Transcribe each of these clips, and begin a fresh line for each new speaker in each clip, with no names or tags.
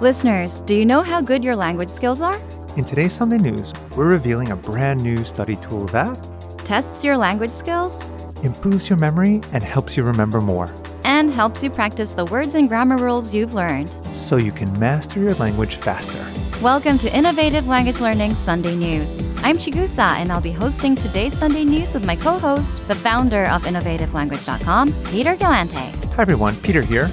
Listeners, do you know how good your language skills are?
In today's Sunday News, we're revealing a brand new study tool that
Tests your language skills
improves your memory and helps you remember more
and helps you practice the words and grammar rules you've learned.
so you can master your language faster.
Welcome to Innovative Language Learning Sunday News. I'm Chigusa, and I'll be hosting today's Sunday News with my co host, the founder of InnovativeLanguage.com, Peter Galante.
Hi everyone, Peter here.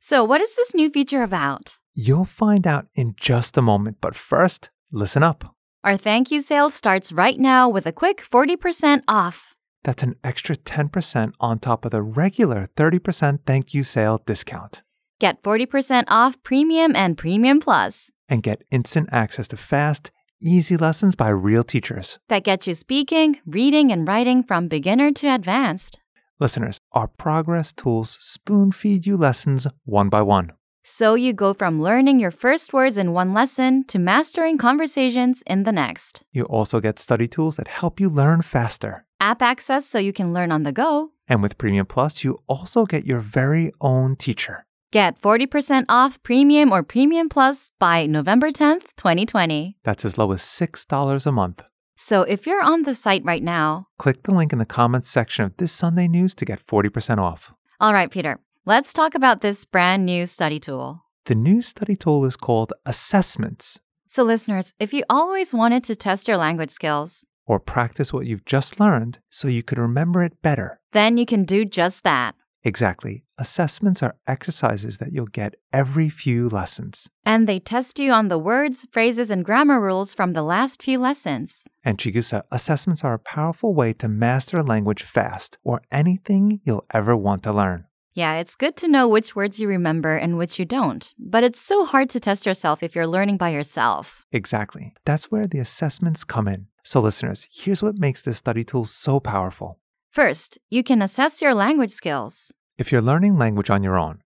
So, what is this new feature about?
You'll find out in just a moment, but first, listen up.
Our thank you sale starts right now with a quick 40% off.
That's an extra 10% on top of the regular 30% thank you sale discount.
Get 40% off Premium and Premium Plus.
And get instant access to fast, easy lessons by real teachers.
That gets you speaking, reading, and writing from beginner to advanced.
Listeners, our progress tools spoon feed you lessons one by one.
So you go from learning your first words in one lesson to mastering conversations in the next.
You also get study tools that help you learn faster.
App access so you can learn on the go.
And with Premium Plus, you also get your very own teacher.
Get 40% off Premium or Premium Plus by November 10th, 2020.
That's as low as $6 a month.
So if you're on the site right now,
Click the link in the comments section of this Sunday news to get 40% off.
all right, Peter, let's talk about this brand new study tool.
The new study tool is called Assessments,
So, listeners, if you always wanted to test your language skills,
or practice what you've just learned so you could remember it better.
then you can do just that.
Exactly. Assessments are exercises that you'll get every few lessons.
And they test you on the words, phrases, and grammar rules from the last few lessons.
And Chigusa, assessments are a powerful way to master a language fast or anything you'll ever want to learn.
Yeah, it's good to know which words you remember and which you don't, but it's so hard to test yourself if you're learning by yourself.
Exactly. That's where the assessments come in. So, listeners, here's what makes this study tool so powerful.
First, you can assess your language skills.
If you're learning language on your own,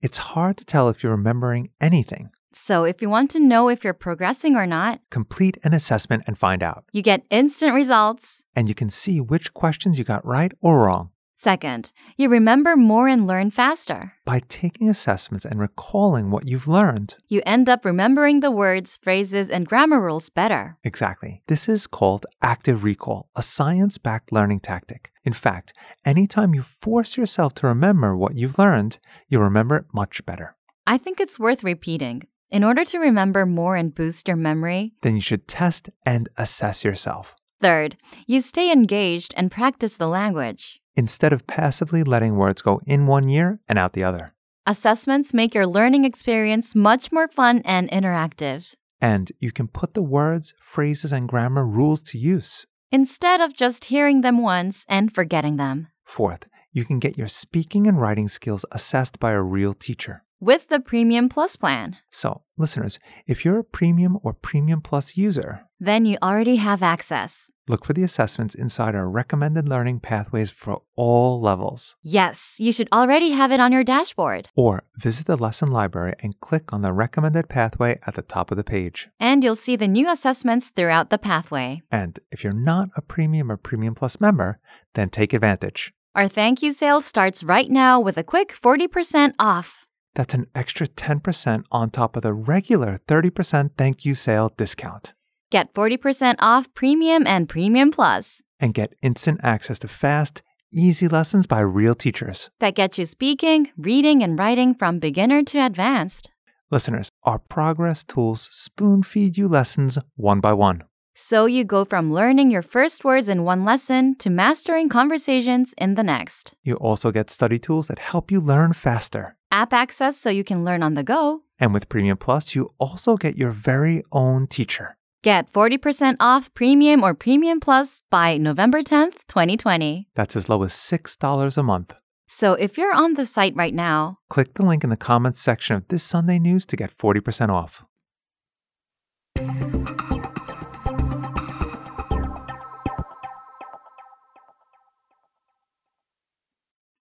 it's hard to tell if you're remembering anything.
So, if you want to know if you're progressing or not,
Complete an assessment and find out.
you get instant results.
And you can see which questions you got right or wrong.
Second, you remember more and learn faster.
By taking assessments and recalling what you've learned.
You end up remembering the words, phrases, and grammar rules better.
Exactly. This is called active recall, a science backed learning tactic. In fact, anytime you force yourself to remember what you've learned, you'll remember it much better.
I think it's worth repeating. In order to remember more and boost your memory,
Then you should test and assess yourself.
Third, you stay engaged and practice the language.
Instead of passively letting words go in one ear and out the other.
Assessments make your learning experience much more fun and interactive.
And you can put the words, phrases, and grammar rules to use.
Instead of just hearing them once and forgetting them.
Fourth, you can get your speaking and writing skills assessed by a real teacher.
With the Premium Plus plan,
So, listeners, if you're a premium or premium plus user,
then you already have access.
Look for the assessments inside our recommended learning pathways for all levels.
Yes, you should already have it on your dashboard.
Or visit the lesson library and click on the recommended pathway at the top of the page.
And you'll see the new assessments throughout the pathway.
And if you're not a Premium or Premium Plus member, then take advantage.
Our thank you sale starts right now with a quick 40% off.
That's an extra 10% on top of the regular 30% thank you sale discount.
Get 40% off Premium and Premium Plus.
And get instant access to fast, easy lessons by real teachers.
that get you speaking, reading, and writing from beginner to advanced.
Listeners, our progress tools spoon feed you lessons one by one.
So you go from learning your first words in one lesson to mastering conversations in the next.
You also get study tools that help you learn faster.
App access so you can learn on the go.
And with Premium Plus, you also get your very own teacher.
Get 40% off Premium or Premium Plus by November 10th, 2020.
That's as low as $6 a month.
So if you're on the site right now,
Click the link in the comments section of this Sunday news to get 40% off.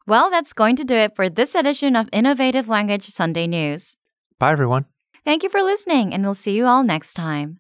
well, that's going to do it for this edition of Innovative Language Sunday News.
Bye, everyone.
Thank you for listening, and we'll see you all next time.